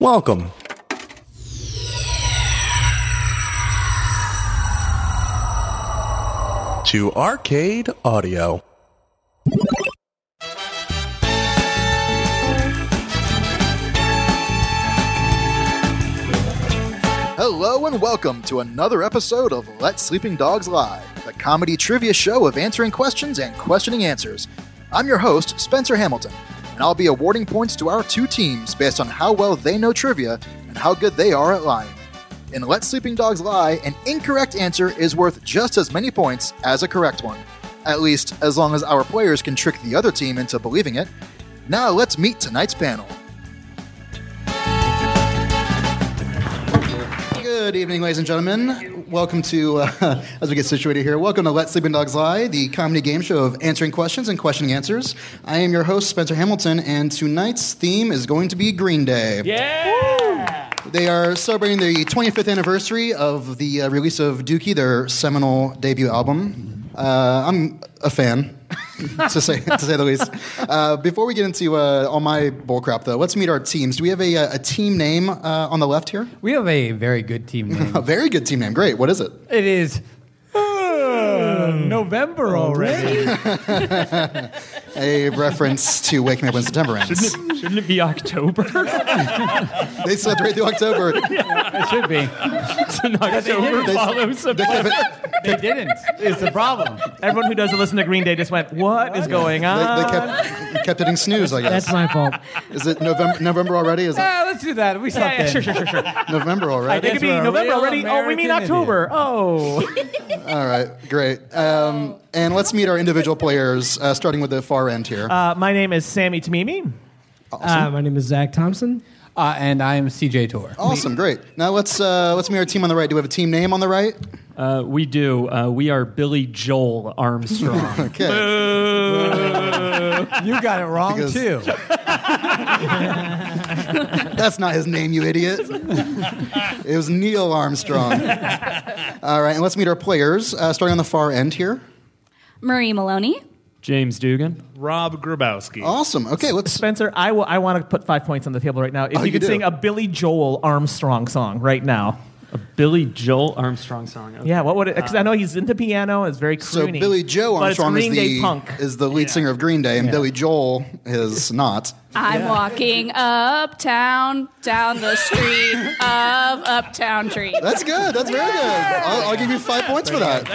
Welcome. To Arcade Audio. Hello and welcome to another episode of Let Sleeping Dogs Lie, the comedy trivia show of answering questions and questioning answers. I'm your host, Spencer Hamilton, and I'll be awarding points to our two teams based on how well they know trivia and how good they are at lying. In Let Sleeping Dogs Lie, an incorrect answer is worth just as many points as a correct one, at least as long as our players can trick the other team into believing it. Now let's meet tonight's panel. Good evening, ladies and gentlemen. Welcome to, uh, as we get situated here, welcome to Let Sleeping Dogs Lie, the comedy game show of answering questions and questioning answers. I am your host, Spencer Hamilton, and tonight's theme is going to be Green Day. Yeah! They are celebrating the 25th anniversary of the uh, release of Dookie, their seminal debut album. Uh, I'm a fan, to, say, to say the least. Uh, before we get into uh, all my bullcrap, though, let's meet our teams. Do we have a, uh, a team name uh, on the left here? We have a very good team name. A very good team name. Great. What is it? it is uh, November already. A reference to Wake Me Up When September Ends. Shouldn't it, shouldn't it be October? They slept right through October. it should be. Shouldn't October They- follow September? They didn't. It's the problem. Everyone who doesn't listen to Green Day just went, "What is going They, on? they kept kept hitting snooze. I guess. That's my fault. Is it November, November already? Is it Yeah, let's do that. We Yeah, slept yeah, in. sure, sure, sure, sure. November It already? could be we're a November real already. oh, we mean American October. Oh, All right. Great. Um, and let's meet our individual players, uh, starting with the far end here. uh, my name is Sammy Tamimi. Uh, my name is Zach Thompson. Uh, and I am CJ Tor. awesome. Great. Now let's uh, let's meet our team on the right. Do we have a team name on the right? Uh, we do. Uh, we are Billy Joel Armstrong. Okay. You got it wrong, Because- too. That's not his name, you idiot. it was Neil Armstrong. All right, and let's meet our players, uh, starting on the far end here. Marie Maloney. James Dugan. Rob Grabowski. Awesome. Okay, let's. Spencer, I will- I want to put five points on the table right now. If Oh, you you could do. sing a Billy Joel Armstrong song right now. A Billy Joel Armstrong song. Okay. Yeah, what would it? Because I know he's into piano. It's very So croony. Billy Joe but it's Armstrong is Green Day the punk. is the lead singer of Green Day, and Billy Joel is not. I'm walking uptown, down the street of Uptown Dream. That's good. That's very good. I'll, I'll give you five points for that.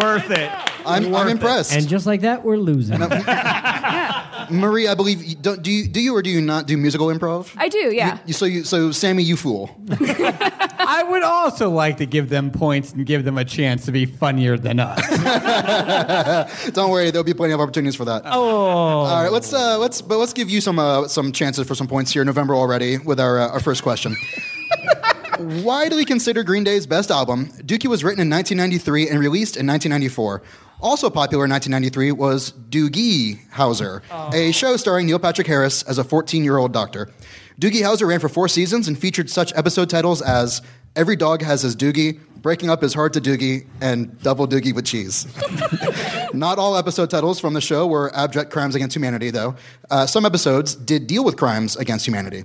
Worth it. I'm, I'm impressed. And just like that, we're losing. Marie, I believe you don't, do you do you or do you not do musical improv? I do, yeah. You, so you so Sammy, you fool. I would also like to give them points and give them a chance to be funnier than us. Don't worry, there'll be plenty of opportunities for that. Oh, all right. Let's uh, let's but let's give you some uh, some chances for some points here. November already with our uh, our first question. Why do we consider Green Day's best album? Dookie was written in 1993 and released in 1994. Also popular in 1993 was Doogie Howser, a show starring Neil Patrick Harris as a 14 year old doctor. Doogie Howser ran for four seasons and featured such episode titles as Every Dog Has His Doogie, Breaking Up Is Hard to Doogie, and Double Doogie with Cheese. Not all episode titles from the show were abject crimes against humanity, though. Uh, some episodes did deal with crimes against humanity.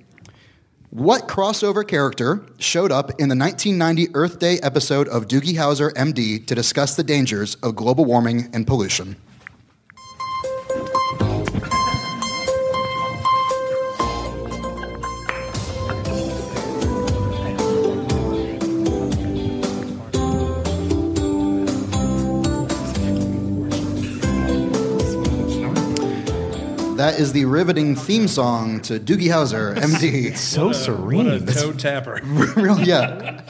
What crossover character showed up in the 1990 Earth Day episode of Doogie Howser, MD, to discuss the dangers of global warming and pollution? That is the riveting theme song to Doogie Howser, MD. so serene. A toe tapper. Real, yeah.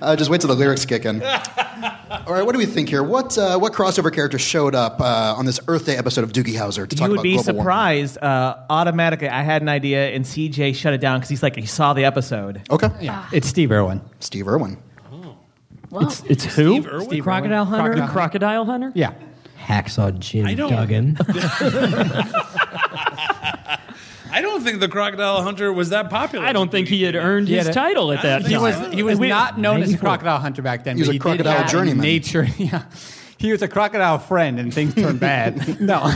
Uh, just wait till the lyrics kick in. All right, what do we think here? What uh, what crossover character showed up uh, on this Earth Day episode of Doogie Howser to talk you would about be global warming? surprised uh, automatically i had an idea and cj shut it down because he's like he saw the episode Okay, It's Steve Irwin. Steve Irwin. It's, it's who? Irwin? Crocodile Hunter. The Crocodile Hunter. Yeah. Hacksaw Jim I don't- Duggan. I don't think the Crocodile Hunter was that popular. I don't think he had earned He his had a- title at that I don't time. He was he was We- not known as a 94. crocodile hunter back then. He was but a crocodile did have journeyman. Nature, yeah. he was a crocodile friend and things turned bad. No,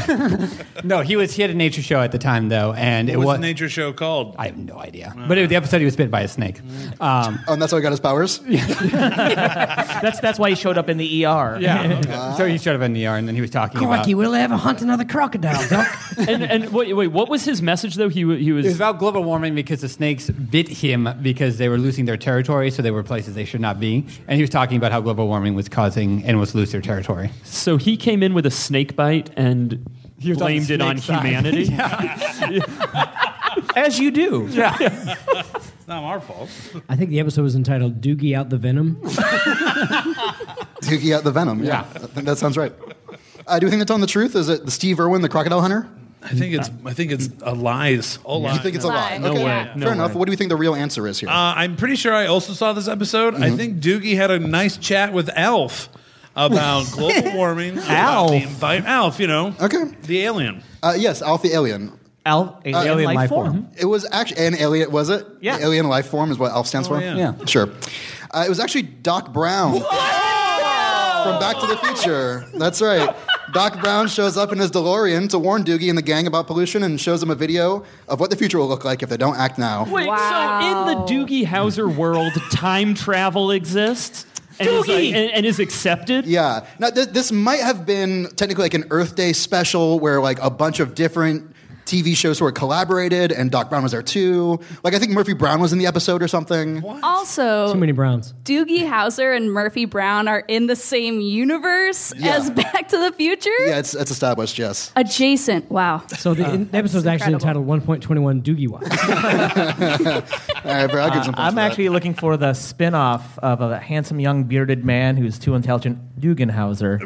no, he was he had a nature show at the time though, and it What's was the nature show called? I have no idea, but it was the episode he was bit by a snake. Um, Oh, and that's how he got his powers? That's that's why he showed up in the ER. yeah, so he showed up in the ER and then he was talking about Crikey, we'll ever hunt another crocodile, Doc. and and wait, wait, what was his message though? He wa- he It was was. about global warming because the snakes bit him because they were losing their territory, so they were places they should not be. And he was talking about how global warming was causing animals to lose their territory. So he came in with a snake bite and was on the blamed it snake on side. humanity. As you do. It's not our fault. I think the episode was entitled Doogie Out the Venom. Doogie out the venom. Yeah. I think that sounds right. Uh, do you think that's on the truth? Is it the Steve Irwin, the crocodile hunter? I think it's I think it's a lies. All lies. You think it's a lie? Lie. No okay. way. Fair No enough. way. What do we think the real answer is here? Uh, I'm pretty sure I also saw this episode. I think Doogie had a nice chat with Alf about global warming. about the Alf. envi- Alf, you know. Okay. The alien. Uh, yes, Alf the alien. Al- alien, life, form. It was actually an alien, was it? Yeah. Oh, The alien life form is what ALF stands for? yeah. Yeah. Sure. Uh, it was actually Doc Brown from Back to the Future. That's right. Doc Brown shows up in his DeLorean to warn Doogie and the gang about pollution and shows them a video of what the future will look like if they don't act now. Wait, so in the Doogie Howser world, time travel exists and, Is, like, Doogie! and, and is accepted. Yeah. Now, th- this might have been technically like an Earth Day special where like a bunch of different TV shows sort of collaborated and Doc Brown was there too. Like, I think Murphy Brown was in the episode or something. Also, Too many Browns. Doogie Howser and Murphy Brown are in the same universe Yeah. as Back to the Future. Yeah, it's, it's established, yes. Adjacent. Wow. So the, in- the episode is actually incredible. entitled 1.21 Doogie Watch. All right, Brad, I'll give you some points for Uh, I'm that. actually looking for the spin off of a handsome young bearded man who's too intelligent, Dugenhauser.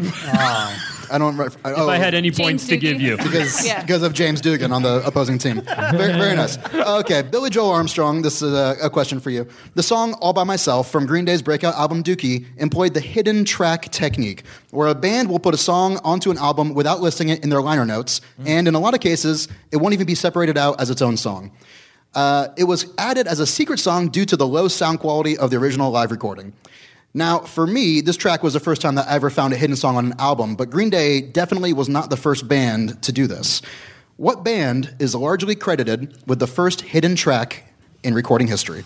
I don't. re- I, oh, If I had any James points to Doogie. give you. because Yeah. because of James Dugan on the opposing team. Very, very nice. Okay, Billy Joel Armstrong. This is a, a question for you. The song "All by Myself" from Green Day's breakout album Dookie employed the hidden track technique, where a band will put a song onto an album without listing it in their liner notes, Mm-hmm. and in a lot of cases, it won't even be separated out as its own song. Uh, it was added as a secret song due to the low sound quality of the original live recording. Now, for me, this track was the first time that I ever found a hidden song on an album, but Green Day definitely was not the first band to do this. What band is largely credited with the first hidden track in recording history?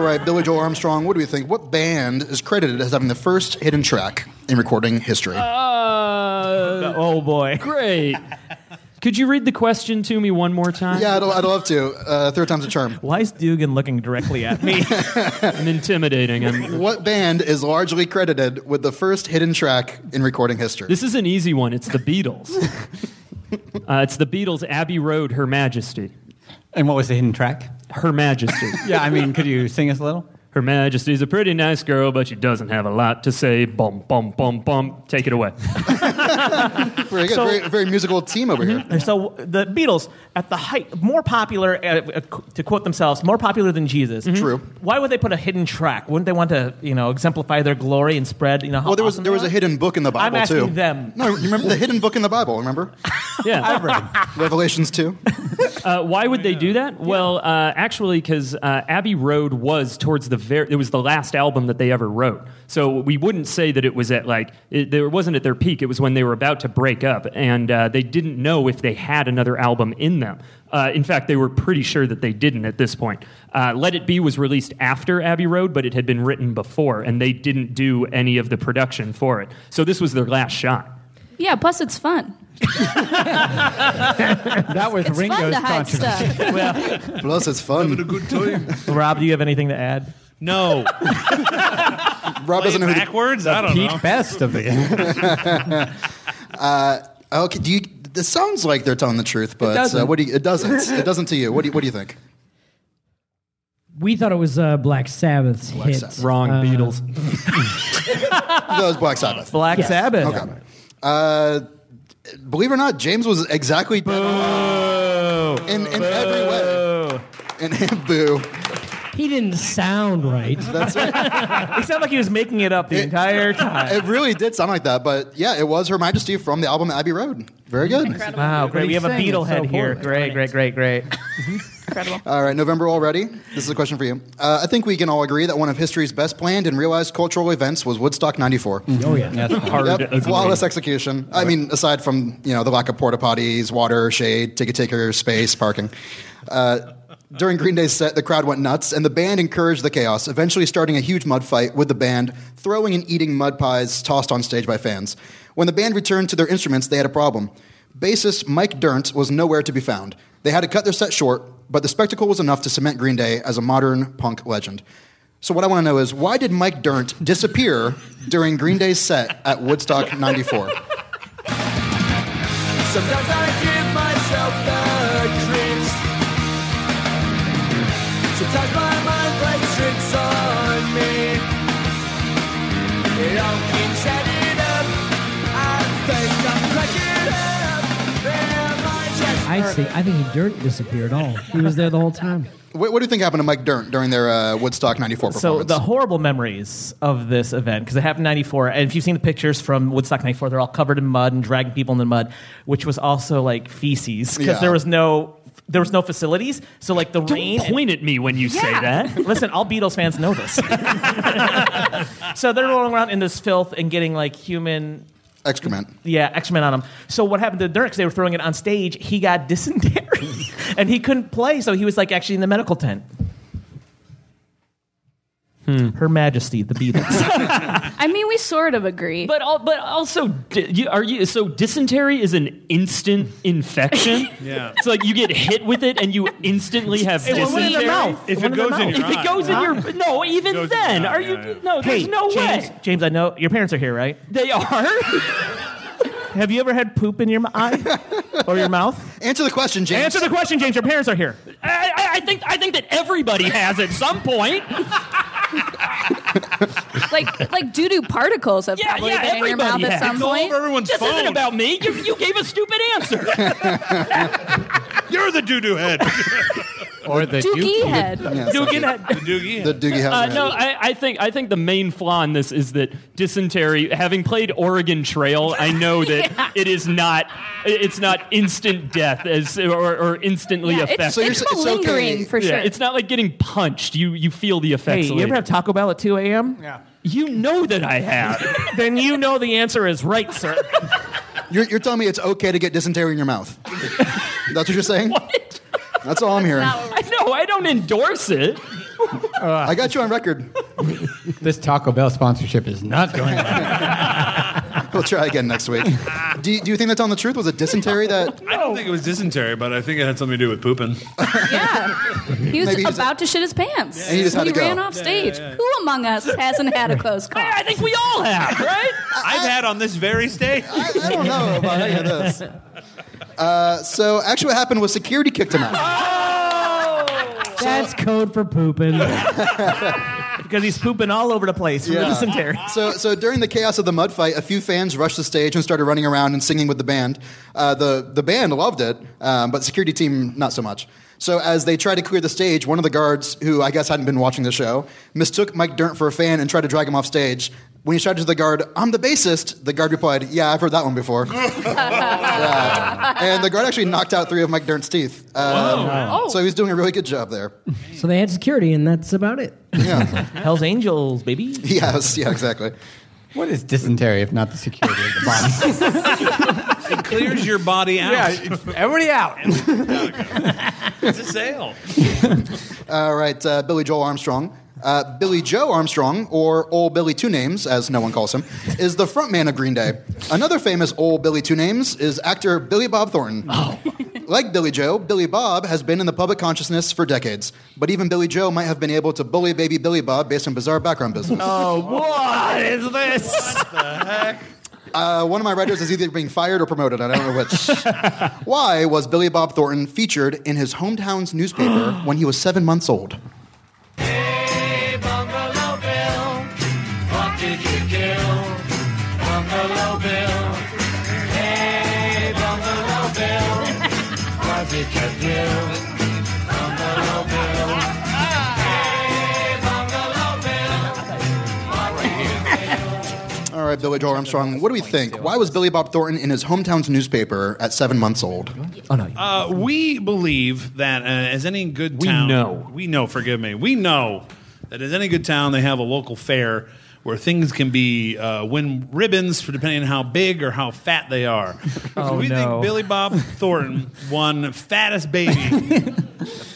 All right, Billy Joel Armstrong, what do you think? What band is credited as having the first hidden track in recording history? Uh, oh boy. great. Could you read the question to me one more time? yeah, I'd, I'd love to. Uh, third time's a charm. Why is Dugan looking directly at me? I'm intimidating. I'm, What band is largely credited with the first hidden track in recording history? this is an easy one. It's the Beatles. Uh, it's the Beatles, Abbey Road, Her Majesty. And what was the hidden track? Her Majesty. Yeah, I mean, could you sing us a little? Her Majesty's a pretty nice girl, but she doesn't have a lot to say. Bum, bum, bum, bum. Take it away. very good. so- Mm-hmm. very, very musical team over here. so the Beatles, at the height, more popular, uh, uh, to quote themselves, more popular than Jesus. Mm-hmm. True. Why would they put a hidden track? Wouldn't they want to, you know, exemplify their glory and spread, you know, how Well, there was awesome there they was a are? hidden book in the Bible asking too. them. No, you remember the hidden book in the Bible? Remember Yeah. Revelations two. Uh, why would they do that? Well, uh, actually, because uh, Abbey Road was towards the very, it was the last album that they ever wrote. So we wouldn't say that it was at like, it, there wasn't at their peak. It was when they were about to break up, and uh, they didn't know if they had another album in them. Uh, in fact, they were pretty sure that they didn't at this point. Uh, Let It Be was released after Abbey Road, but it had been written before, and they didn't do any of the production for it. So this was their last shot. Yeah, plus it's fun. That was It's fun Ringo's to hide controversy. stuff. Plus, it's fun. Good time. Rob, do you have anything to add? No. Rob doesn't know. Who to, Backwards? I don't Pete know. Best of the. Oh, okay, do you? This sounds like they're telling the truth, but doesn't. Uh, what do you, it doesn't. It doesn't to you. What do you, what do you think? We thought it was uh, Black Sabbath's hit. Uh, Sabbath. Wrong, Uh, Beatles. That was Black Sabbath. Black Yes. Sabbath. Okay. Uh, believe it or not, James was exactly dead on. in in every way. And boo. He didn't sound right. It sounded like he was making it up the entire time. It really did sound like that, but yeah, it was Her Majesty from the album Abbey Road. Very good. Incredible. Wow, Oh, great. We have a sang it beetle so head here. poorly. Great, great, great, great. Incredible. All right, November already. This is a question for you. Uh, I think we can all agree that one of history's best planned and realized cultural events was Woodstock 94. Oh yeah. That's hard. Yep, agreed. flawless execution. I mean, aside from you know the lack of porta potties, water, shade, ticket taker, space, parking. Uh, during Green Day's set, the crowd went nuts, and the band encouraged the chaos, eventually starting a huge mud fight with the band throwing and eating mud pies tossed on stage by fans. When the band returned to their instruments, they had a problem. Bassist Mike Durnt was nowhere to be found. They had to cut their set short, but the spectacle was enough to cement Green Day as a modern punk legend. So what I want to know is why did Mike Durnt disappear during Green Day's set at Woodstock '94? Sometimes I give myself the creeps. Sometimes my mind plays tricks on me. It all keeps adding up. I think I'm cracking up. Am I just I see. I think he didn't disappear at all. He was there the whole time. What, what do you think happened to Mike Durnt during their uh, Woodstock '94 So performance? the horrible memories of this event because it happened in '94, and if you've seen the pictures from Woodstock '94, they're all covered in mud and dragging people in the mud, which was also like feces because Yeah. there was no there was no facilities. So like the rain. Don't and- point at me when you say Yeah. that. Listen, all Beatles fans know this. so they're rolling around in this filth and getting like human excrement. yeah, X Men on him. So what happened to Dirk? 'cause they were throwing it on stage. He got dysentery, and he couldn't play. So he was like actually in the medical tent. Her Majesty the Beatles. I mean, we sort of agree. But al- but also, di- you- are you so dysentery is an instant infection? Yeah. it's like you get hit with it and you instantly have It went in dysentery. the mouth. If One it in the goes in mouth. your If it goes in your no, even Goes in then, your are eye, you yeah, yeah. no? There's Hey, no James, way James, I know your parents are here, right? they are. Have you ever had poop in your m- eye or your mouth? Answer the question, James. Answer the question, James. Your parents are here. I, I- I think I think that everybody has at some point. like, like doo doo particles have Yeah, probably yeah, been in your mouth everybody at has. some It's all point. over everyone's This phone. isn't about me. You, you gave a stupid answer. You're the doo doo head. Or the Dookie head. Yeah, so Dugan the, had- the doogie head. the Doogie Uh, Howser. no, I, I think I think the main flaw in this is that dysentery. Having played Oregon Trail, I know that it is not it's not instant death as or, or instantly Yeah, affected. it's, So you're it's s- it's malingering okay. for yeah, sure. it's not like getting punched. You you feel the Hey, effects. you ever later. have Taco Bell at 2 a.m.? you know that I have. Then you know the answer is right, sir. you're, you're telling me it's okay to get dysentery in your mouth? That's what you're saying? That's all I'm hearing. Not what I know I don't endorse it. I got you on record. This Taco Bell sponsorship is not going on. We'll try again next week. Do you, do you think they're telling the truth? Was it dysentery that I don't think it was dysentery, but I think it had something to do with pooping. we're- yeah, he was Maybe he's- about to shit his pants. And he just had to go. ran off stage. Who among us hasn't had a close call? I think we all have, right? I've had on this very stage. I, I don't know about any of this? Uh, so actually, what happened was security kicked him out. That's code for pooping. because he's pooping all over the place from the Yeah. dysentery. So, so during the chaos of the mud fight, a few fans rushed the stage and started running around and singing with the band. Uh, the the band loved it, um, but security team not so much. So as they tried to clear the stage, one of the guards, who I guess hadn't been watching the show, mistook Mike Dirnt for a fan and tried to drag him off stage. When he shouted to the guard, "I'm the bassist," the guard replied, "Yeah, I've heard that one before." Yeah. And the guard actually knocked out three of Mike Dirnt's teeth. Um, So he was doing a really good job there. so they had security, and that's about it. Yeah. Hell's Angels, baby. yes. Yeah. Exactly. What is dysentery if not the security of the body? It clears your body out. everybody out. It's a sale. All right, uh, Billy Joel Armstrong. Uh, Billy Joe Armstrong, or Old Billy Two Names, as no one calls him, is the frontman of Green Day. Another famous Old Billy Two Names is actor Billy Bob Thornton. Oh. Like Billy Joe, Billy Bob has been in the public consciousness for decades, but even Billy Joe might have been able to bully baby Billy Bob based on bizarre background business. Oh, what is this? Uh, one of my writers is either being fired or promoted. I don't know which. Why was Billy Bob Thornton featured in his hometown's newspaper when he was seven months old? Hey, Bungalow Bill, what did you kill? Bungalow Bill. Hey, Bungalow Bill, what did you kill? Bungalow Bill. Hey, right, Billy Joel Armstrong, what do we think? Why was Billy Bob Thornton in his hometown's newspaper at seven months old? Oh, no. Uh, we believe that uh, as any good We town, know. we know. Forgive me, we know that as any good town, they have a local fair where things can be uh, win ribbons for depending on how big or how fat they are. so Oh, we no. think Billy Bob Thornton won fattest baby.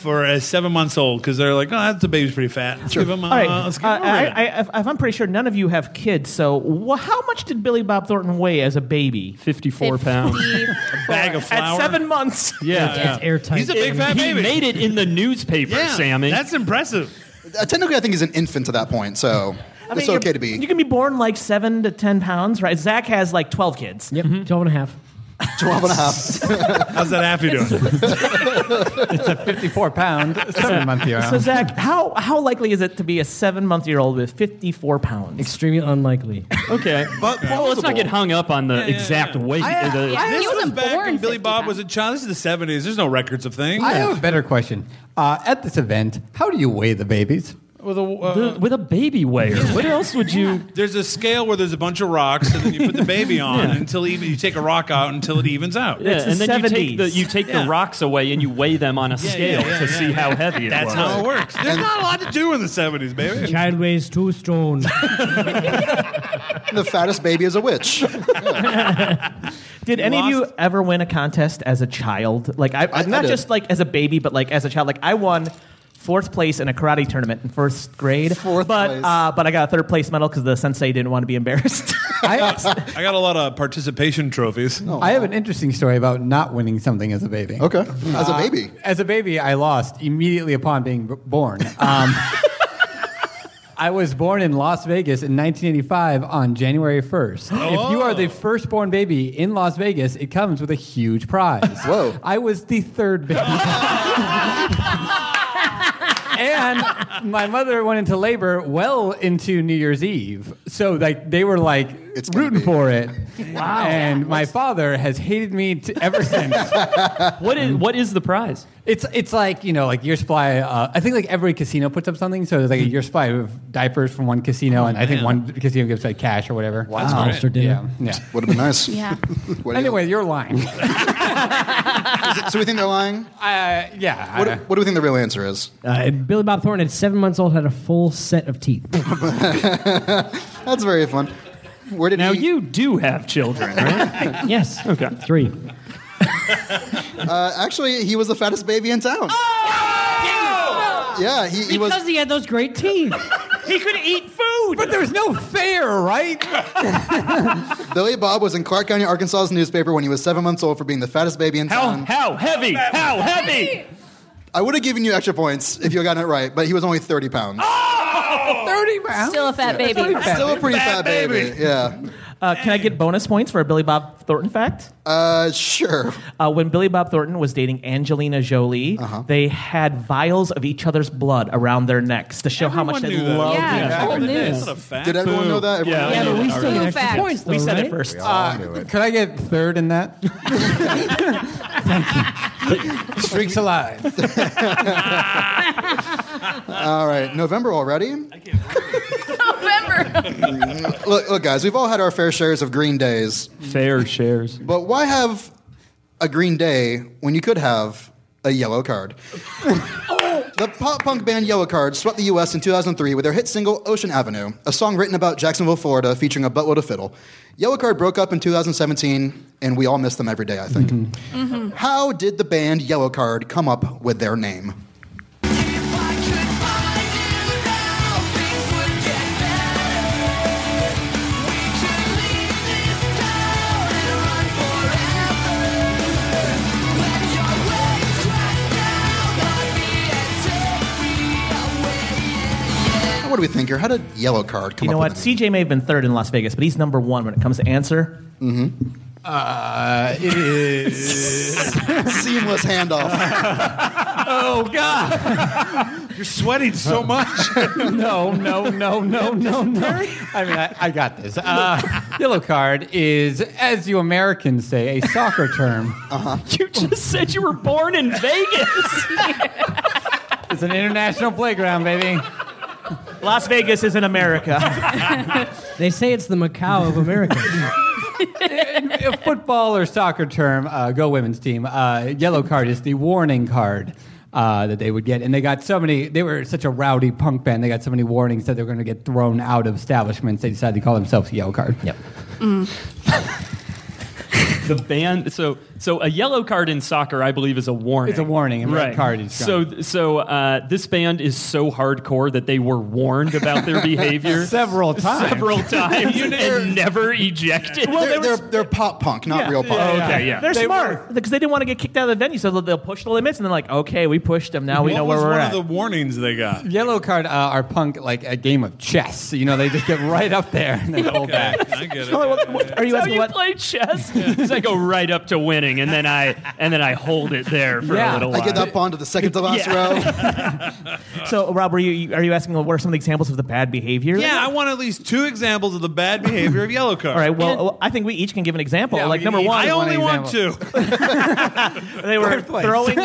For a seven months old, because they're like, oh, that's the baby's pretty fat. Let's give him a, All right. let's give Uh, him a rib." I, I, if- if I'm pretty sure none of you have kids, so wh- how much did Billy Bob Thornton weigh as a baby? 54 pounds. a bag of At flour? seven months. Yeah. He's a big fat he baby. made it in the newspaper, Yeah, Sammy. that's impressive. Uh, technically, I think he's an infant to that point, so I it's mean, okay you're- to be. You can be born like seven to ten pounds, right? Zach has like twelve kids. Yep, twelve and a half. 12 and a half. How's that happy doing? It's a 54 pound, seven month year So Zach, how how likely is it to be a seven month year old with fifty four pounds? Extremely unlikely. Okay. But well, let's not get hung up on the exact weight. I- the- this he wasn't was back born when Billy 50 Bob was a child. This is the seventies. There's no records of things. I have a better question. Uh, at this event, how do you weigh the babies? With a, uh, The- with a baby weigher. What else would you? There's a scale where there's a bunch of rocks, and then you put the baby on until even you take a rock out until it evens out. Yeah, and then you take the you take Yeah. the rocks away and you weigh them on a scale yeah, to yeah, see how heavy it That's was. how it works. There's not a lot to do in the seventies, baby. Child weighs two stone. the fattest baby is a witch. Did any of you ever win a contest as a child? Like, I, I not did. just like as a baby, but like as a child. Like, I won fourth place in a karate tournament in first grade. Fourth but, place. Uh, but I got a third place medal because the sensei didn't want to be embarrassed. I got a lot of participation trophies. I have an interesting story about not winning something as a baby. Okay. As a baby. As a baby, I lost immediately upon being b- born. Um, I was born in Las Vegas in 1985 on January 1st. If you are the firstborn baby in Las Vegas, it comes with a huge prize. Whoa. I was the third baby. and my mother went into labor well into New Year's Eve. So like they were like rooting for it. Wow. And my father has hated me t- ever since. What is what is the prize? It's it's like you know like year supply. Uh, I think like every casino puts up something, so there's like a year supply of diapers from one casino, and I think one casino gives like cash or whatever. Uh, Wow. Monster Yeah, dinner. yeah. Would have been nice. Yeah. What do you- Anyway, you're lying. uh, so we think they're lying? yeah. What, do- what do we think the real answer is? Uh, Billy Bob Thornton at seven months old had a full set of teeth. That's very fun. Where did Now he- you do have children, right? yes. Okay. Three. Uh, actually, he was the fattest baby in town. Yeah, he, he was. Because he had those great teeth. he could eat food. But there's no fair, right? Billy Bob was in Clark County, Arkansas's newspaper when he was seven months old for being the fattest baby in How town. how heavy? How heavy? I would have given you extra points if you had gotten it right, but he was only 30 pounds. Oh! Thirty pounds. Still a fat baby. Still a pretty fat, baby. Yeah. Uh, can I get bonus points for a Billy Bob Thornton fact? Uh, sure. Uh, when Billy Bob Thornton was dating Angelina Jolie, they had vials of each other's blood around their necks to show how much Everyone they knew that. loved Yeah, each whole other. news. That's not a fact. Did everyone know that? Everyone Yeah. knew Yeah, but we still Cool get extra fact. points, though, We said right? it first. Could I get third in that? Thank you. Streaks alive. that. All right. November already? November. Look, look, guys, we've all had our fair shares of green days, Fair shares. but why have a green day when you could have a yellow card? the pop punk band Yellow Card swept the U.S. in 2003 with their hit single Ocean Avenue, a song written about Jacksonville, Florida, featuring a buttload of fiddle. Yellow Card broke up in 2017, and we all miss them every day, I think. How did the band Yellow Card come up with their name? Now, What do we think here? How did Yellow Card come You know up what? with the name? CJ may have been third in Las Vegas, but he's number one when it comes to answer. Uh, it is. Seamless handoff. Oh God! You're sweating so much. No, no, no, no, no, no. I mean, I, I got this. Uh, yellow card is, as you Americans say, a soccer term. You just said you were born in Vegas. It's an international playground, baby. Las Vegas is in America. They say it's the Macau of America. a football or soccer term, uh, go women's team. Uh, yellow card is the warning card uh, that they would get, and they got so many. They were such a rowdy punk band. They got so many warnings that they were going to get thrown out of establishments. They decided to call themselves Yellow Card. Yep. the band. So so a yellow card in soccer, I believe, is a warning. It's a warning, and red right? card is gone. so so uh, this band is so hardcore that they were warned about their behavior Several times. several times and never ejected. they're, they're, they're pop punk, not real pop. Oh, okay, yeah. They're They smart because they didn't want to get kicked out of the venue, so they'll, they'll push the limits and they're like, okay, we pushed them. Now we what know where was we're one at. of the warnings they got? Yellow card uh, are punk like a game of chess. You know, they just get right up there and then pull back. I get it. Oh, what- what- are you asking That's how you what? play chess? 'Cause I go oh, right up to winning, and then I and then I hold it there for Yeah, a little I while. get up onto the second to last row. So, Rob, are you- you are you asking what are some of the examples of the bad behavior? Yeah, I want at least two examples of the bad behavior of yellow card. All right. Well, I think we each can give an example. like number one, I only one want two. they were throwing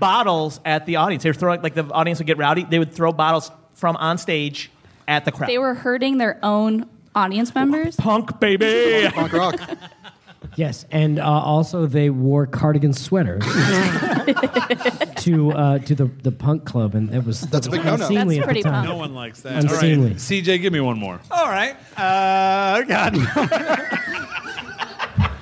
bottles at the audience. They were throwing like the audience would get rowdy. They would throw bottles from on stage at the crowd. They were hurting their own audience members. punk baby. punk rock. yes, and uh, also they wore cardigan sweaters to uh, to the, the punk club, and that was That's a big no-no. unseemly That's at the pretty time. punk. No one likes that. All Unseemly. right, CJ, give me one more. All right. Uh, God.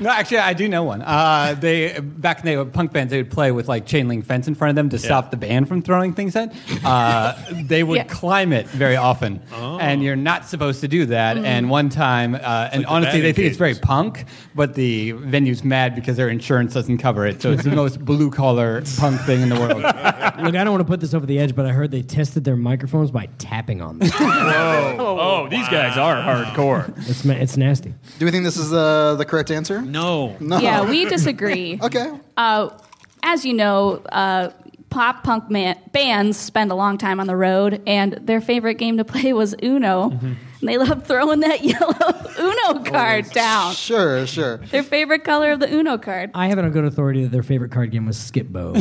no, actually, I do know one. Uh, they back in the day, with punk bands, they would play with like chain link fence in front of them to stop the band from throwing things at. Uh, they would Yeah. climb it very often, Oh. and you're not supposed to do that. And one time, uh, and the honestly, batting they think it's very cages. punk, but the venue's mad because their insurance doesn't cover it. So it's the most blue collar punk thing in the world. Look, I don't want to put this over the edge, but I heard they tested their microphones by tapping on them. Oh, these guys are hardcore. it's, ma- it's nasty. Do we think this is uh, the correct answer? No. No. Yeah, we disagree. Okay. Uh, as you know, uh, pop punk man- bands spend a long time on the road, and their favorite game to play was Uno. Mm-hmm. And they loved throwing that yellow Oh, Uno card down. Sure, sure. Their favorite color of the Uno card. I have it on good authority that their favorite card game was Skip Bo.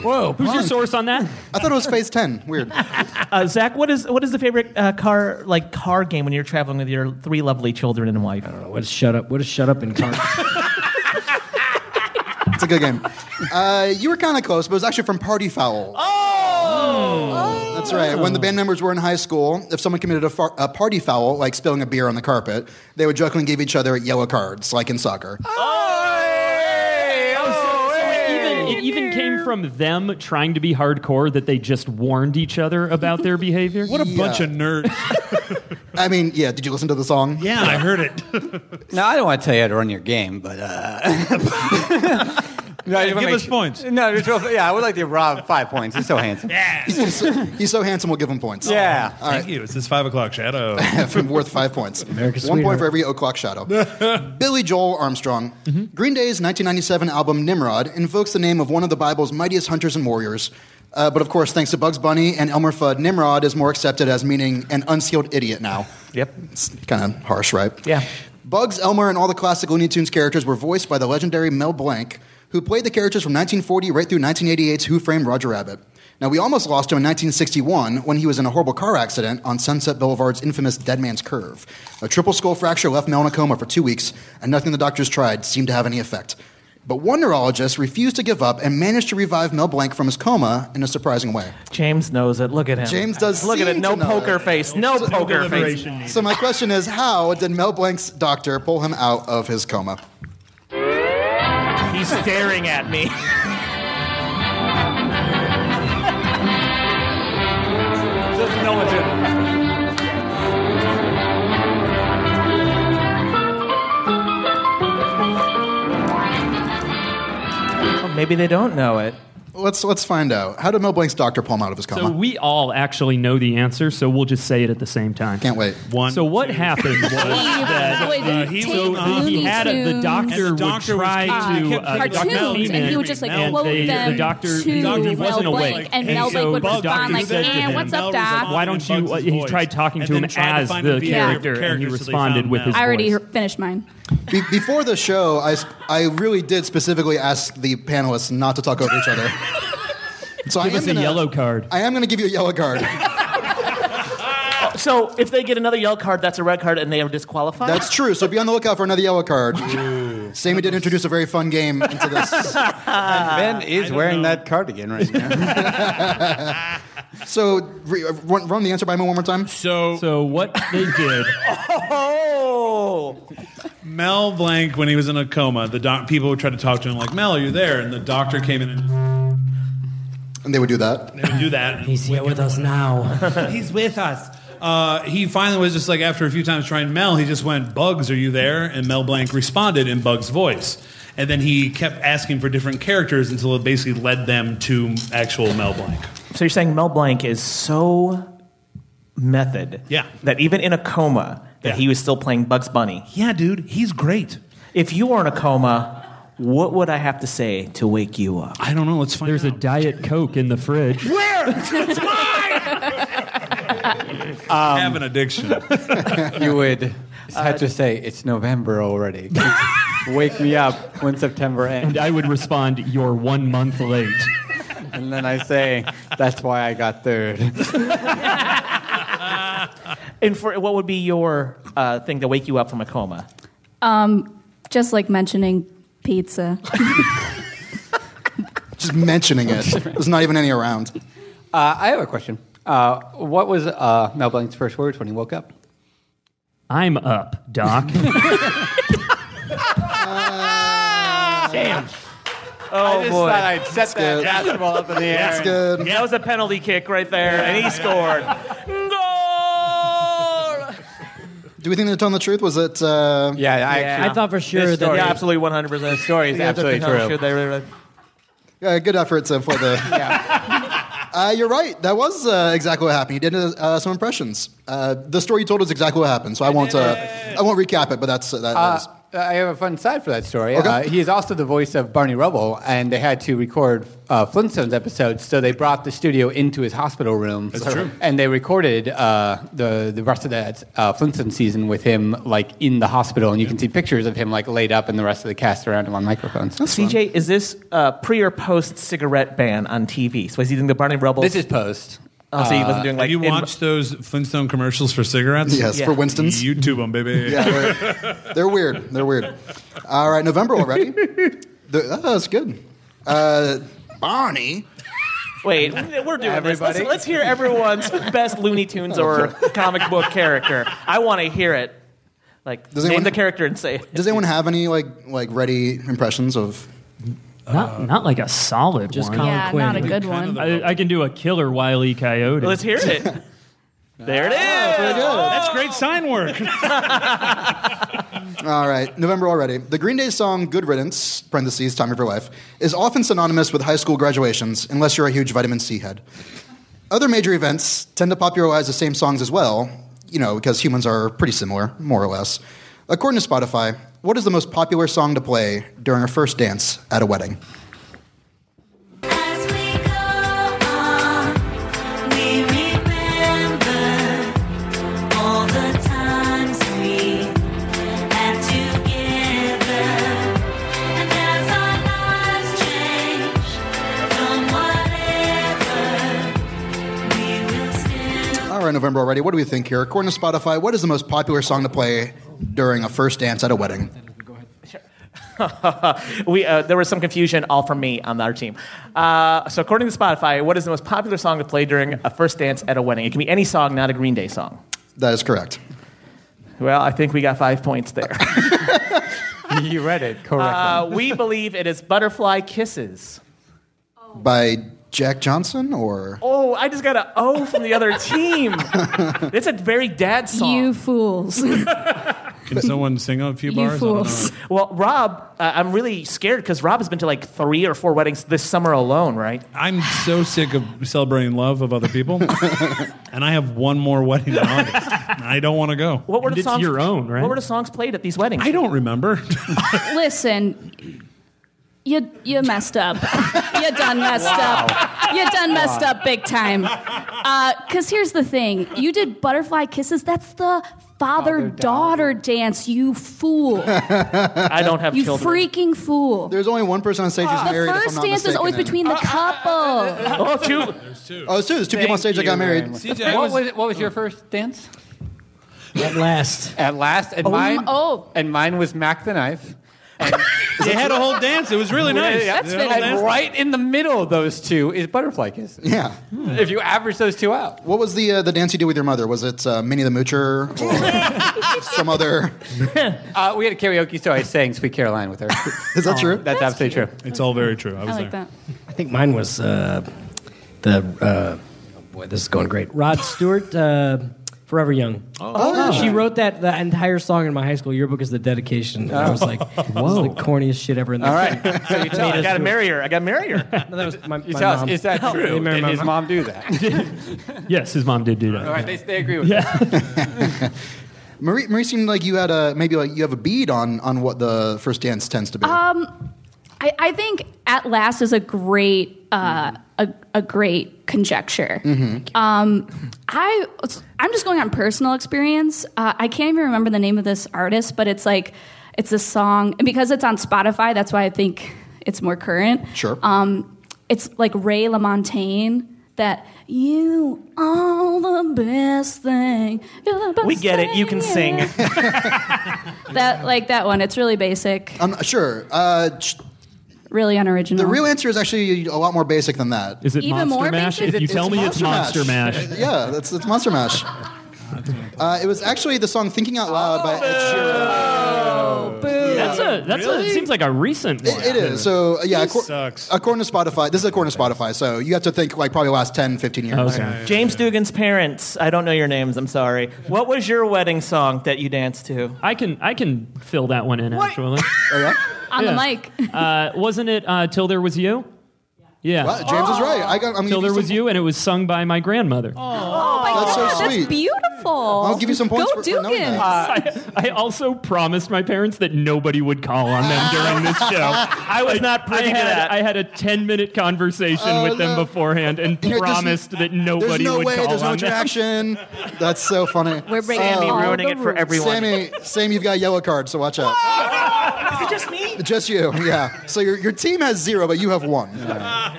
Whoa, who's your source on that? I thought it was phase 10. Weird. Uh, Zach, what is what is the favorite uh, car like car game when you're traveling with your three lovely children and wife? I don't know. what is shut up? What is shut up in car? It's a good game. Uh, you were kind of close, but it was actually from Party Foul. Oh! That's right. When the band members were in high school, if someone committed a, far- a party foul, like spilling a beer on the carpet, they would jokingly give each other yellow cards, like in soccer. Even, it even came from them trying to be hardcore that they just warned each other about their behavior. What a Yeah. bunch of nerds. I mean, yeah, did you listen to the song? yeah, I heard it. Now I don't want to tell you how to run your game, but uh, no, give us points. No, just real- yeah, I would like to rob five points. He's so handsome. Yeah, He's so, he's so handsome, we'll give him points. Thank you. It's this five o'clock shadow. from worth five points. America's One point sweetheart. Mm-hmm. for every o'clock shadow. Billy Joel Armstrong. Green Day's 1997 album Nimrod invokes the name of one of the Bible's mightiest hunters and warriors. Uh, but of course, thanks to Bugs Bunny and Elmer Fudd, Nimrod is more accepted as meaning an unskilled idiot now. Yep. It's kind of harsh, right? Yeah. Bugs, Elmer, and all the classic Looney Tunes characters were voiced by the legendary Mel Blanc, who played the characters from 1940 right through 1988's Who Framed Roger Rabbit. Now, we almost lost him in 1961 when he was in a horrible car accident on Sunset Boulevard's infamous Dead Man's Curve. A triple skull fracture left Mel in a coma for two weeks, and nothing the doctors tried seemed to have any effect. But one neurologist refused to give up and managed to revive Mel Blanc from his coma in a surprising way. James knows it. Look at him. James does Look at it. seem No to know poker it. face. No, poker face. deliberation needed. So, my question is how did Mel Blanc's doctor pull him out of his coma? He's staring at me. just no one's in. Well, maybe they don't know it. Let's let's find out. How did Mel Blanc's doctor pull him out of his coma? So we all actually know the answer, so we'll just say it at the same time. Can't wait. One. So what happened was that would uh, he take was, uh, Looney he had a, the Tunes And the doctor, doctor would was try keeping- to kept uh, keeping Dr. Mel cartoons, and Beeman. he would just like Mel, quote they- them the to doctor- the doctor Mel wasn't Blanc, awake. and And Mel so Blanc would Bugs respond Doctor like, said to "Eh, him, what's Mel up, was Doc?" on Why in don't you? uh, Bugs' he voice. tried talking And to him then tried to as find the a behavior of character, and he character, so they found responded with Mel. his I already voice. finished mine. Be- before the show, I, sp- I really did specifically ask the panelists not to talk over each other. So I Give am us a gonna- yellow card. I am going to give you a yellow card. So if they get another yellow card, that's a red card, and they are disqualified. That's true. So be on the lookout for another yellow card. Sammy did introduce a very fun game into this. ben is wearing that cardigan right now. so re- run, run the answer by me one more time. So, so what they did. Oh, Mel Blanc, when he was in a coma, the doc, people would try to talk to him like, "Mel, are you there?" And the doctor came in and just- And they would do that. they would do that. He's here with us now. He's with us. Uh, he finally was just like, after a few times trying Mel, he just went, Bugs, are you there? And Mel Blanc responded in Bugs' voice. And then he kept asking for different characters until it basically led them to actual Mel Blanc. So you're saying Mel Blanc is so method Yeah. that even in a coma that Yeah. he was still playing Bugs Bunny. Yeah, dude, he's great. If you were in a coma, what would I have to say to wake you up? I don't know. Let's find There's a out. Diet Coke in the fridge. I have an addiction. you would have to say it's November already. Wake me up when September ends, And I would respond, You're one month late. and then I say that's why I got third. And for what would be your uh, thing to wake you up from a coma? Um, just like mentioning pizza. Just mentioning it. There's not even any around. Uh, I have a question. Uh, what was uh, Mel Blanc's first words when he woke up? I'm up, Doc. Oh boy, I'd set that basketball up in the air. That's good. that was a penalty kick right there, and he scored. Goal! Do we think they're telling the truth? Was it? Uh, Yeah, I Yeah. actually. I thought for sure This that- story, Yeah, absolutely 100. percent The story is absolutely true. yeah, good effort to, for the. Uh, you're right. That was uh, exactly what happened. He did uh, some impressions. Uh, the story you told is exactly what happened. So I won't. Uh, I won't recap it. But that's uh, that. that Uh, was- I have a fun side for that story. Okay. Uh, he is also the voice of Barney Rubble, and they had to record uh, Flintstones episodes, so they brought the studio into his hospital room. That's true. And they recorded uh, the the rest of that uh, Flintstone season with him, like in the hospital, and you can see pictures of him like laid up, and the rest of the cast around him on microphones. CJ, is this uh, pre or post cigarette ban on TV? So is he doing the Barney Rubble? This is post. Oh, so he wasn't doing like Have you in- watched those Flintstone commercials for cigarettes? yes, yeah. for Winston's. YouTube them, baby. Yeah, they're, they're weird. They're weird. All right, November already. The- oh, that's good. Uh, Barney. Wait, we're doing this. Let's, Everybody. let's hear everyone's best Looney Tunes or comic book character. I want to hear it. Like Does name anyone- the character and say. Does anyone have any like like ready impressions of? not, not like a solid Just one. Colin yeah, Quinn. not a good one. I, I can do a killer Wiley Coyote. Let's hear it. There it is. That's great sign work. All right, November already. The Green Day song "Good Riddance" (parentheses Time of Your Life) is often synonymous with high school graduations, unless you're a huge vitamin C head. Other major events tend to popularize the same songs as well, you know, because humans are pretty similar, more or less. According to Spotify, what is the most popular song to play during a first dance at a wedding? As we go on, we remember all the times we had together, and as our lives change from whatever, we will still. All right, November already. What do we think here? According to Spotify, what is the most popular song to play during a first dance at a wedding? we uh, there was some confusion all from me on our team. Uh, so according to Spotify, what is the most popular song to play during a first dance at a wedding? It can be any song, not a Green Day song. That is correct. Well, I think we got five points there. you read it correctly. Uh, we believe it is Butterfly Kisses. By Jack Johnson or Oh, I just got a O from the other team. It's a very dad song. You fools. Can someone sing a few You bars? I don't know. fools. Well, Rob, uh, I'm really scared because Rob has been to like three or four weddings this summer alone, right? I'm so sick of celebrating love of other people, and I have one more wedding in August. and I don't want to go. What were And the it's songs? your own, right? What were the songs played at these weddings? I don't remember. Listen, you you messed up. You done messed up. you done messed up big time. Because here's the thing you did butterfly kisses. That's the father daughter dance, you fool. I don't have you children. freaking fool. There's only one person on stage who's Uh, the married. if I'm first not dance is always mistaken. between the couple. Oh, two. Oh, there's two. There's two people on stage that got married. CJ, what, was, what was your first dance? At last. At last, and mine. oh. and mine was Mac the Knife. they had a whole dance. It was really nice. That's They had a whole fantastic. And dance. right in the middle of those two is butterfly kisses. Yeah. Hmm. If you average those two out, What was the uh, the dance you did with your mother? Was it uh, Minnie the Moocher or some other? uh, we had a karaoke, so I sang "Sweet Caroline" with her. Is Oh, that true? That's, absolutely true. It's all very true. I was I like there. that. I think mine was uh, the. Uh, oh boy, this is going great. Rod Stewart, uh, Forever Young. Oh, she wrote that the entire song in my high school yearbook as the dedication. And I was like, Oh. "Whoa, the corniest shit ever." In the All right, So you tell, I got to marry her. I got to marry her. that was my, You my tell mom. us, is that true? my Did his mom. mom do that? Yes, his mom did do that. All right, they, they agree with that. Marie, Marie seemed like you had a maybe like you have a bead on on what the first dance tends to be. Um, I, I think At Last is a great uh, a, a great conjecture. Um, I I'm just going on personal experience. Uh, I can't even remember the name of this artist, but it's like it's a song, and because it's on Spotify, that's why I think it's more current. Sure. Um, it's like Ray LaMontagne that you are the best thing. You're the best We get it. You can sing. thing in it." that like that one. It's really basic, I'm not sure. Uh, ch- really unoriginal. the real answer is actually a lot more basic than that. Is it Even Monster more Mash? basic? If you It's tell me it's Monster Monster Mash. Mash, Yeah, that's it's Monster Mash. Uh, it was actually the song "Thinking Out Loud" by Ed Sheeran. that's a that's a it seems like a recent one. It, it is. So uh, yeah, accor- sucks. according to Spotify, this is according to Spotify. So you have to think like probably last 10, 15 years. Okay. James Dugan's parents. I don't know your names. I'm sorry. What was your wedding song that you danced to? I can I can fill that one in actually. Oh, yeah? on Yeah. the mic. Uh, wasn't it uh, Till There Was You? Yeah. Wow, James is right. I got, I'm gonna Till give There some- Was You, and it was sung by my grandmother. Oh, That's so sweet. That's beautiful. I'll give you some points Go for- for knowing Dugan. that. I, I also promised my parents that nobody would call on them during this show. I was not privy I to had, that. I had a 10 minute conversation Oh, with them no. beforehand and Here, this- promised that There's nobody no would way. call There's no on them. interaction. That's so funny. Uh, We're breaking Sammy all ruining Oh, the it for rules. everyone. Sammy, Sam, you've got a yellow card, so watch out. Is it just me? Just you, yeah. So your, your team has zero, but you have one.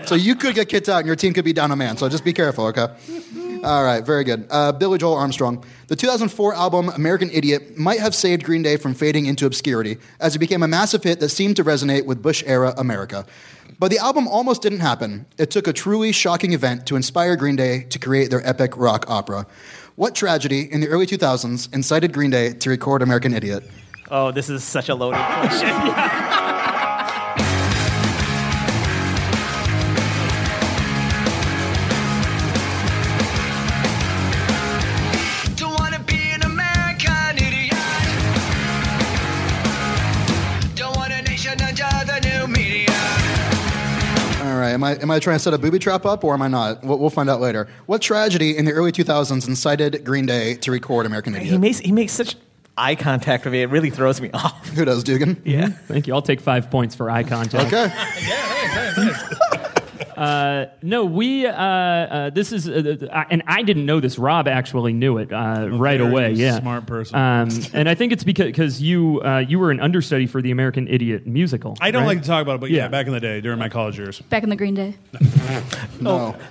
So you could get kicked out, and your team could be down a man. So just be careful, okay? All right, very good. Uh, Billy Joel Armstrong. The 2004 album American Idiot might have saved Green Day from fading into obscurity, as it became a massive hit that seemed to resonate with Bush era America. But the album almost didn't happen. It took a truly shocking event to inspire Green Day to create their epic rock opera. What tragedy in the early 2000s incited Green Day to record American Idiot? Oh, this is such a loaded question. Don't wanna be an American idiot. Don't want a nation under the new media. All right. Am I am I trying to set a booby trap up, or am I not? We'll, we'll find out later. What tragedy in the early 2000s incited Green Day to record American He Idiot? makes he makes such eye contact with me. It really throws me off. Who does Dugan? Yeah. Thank you. I'll take five points for eye contact. Okay. No, we. Uh, uh, this is, uh, uh, and I didn't know this. Rob actually knew it uh, right very away. Yeah, smart person. Um, and I think it's because you uh, you were an understudy for the American Idiot musical. I don't right? like to talk about it, but yeah, Yeah. back in the day during my college years. Back in the Green Day.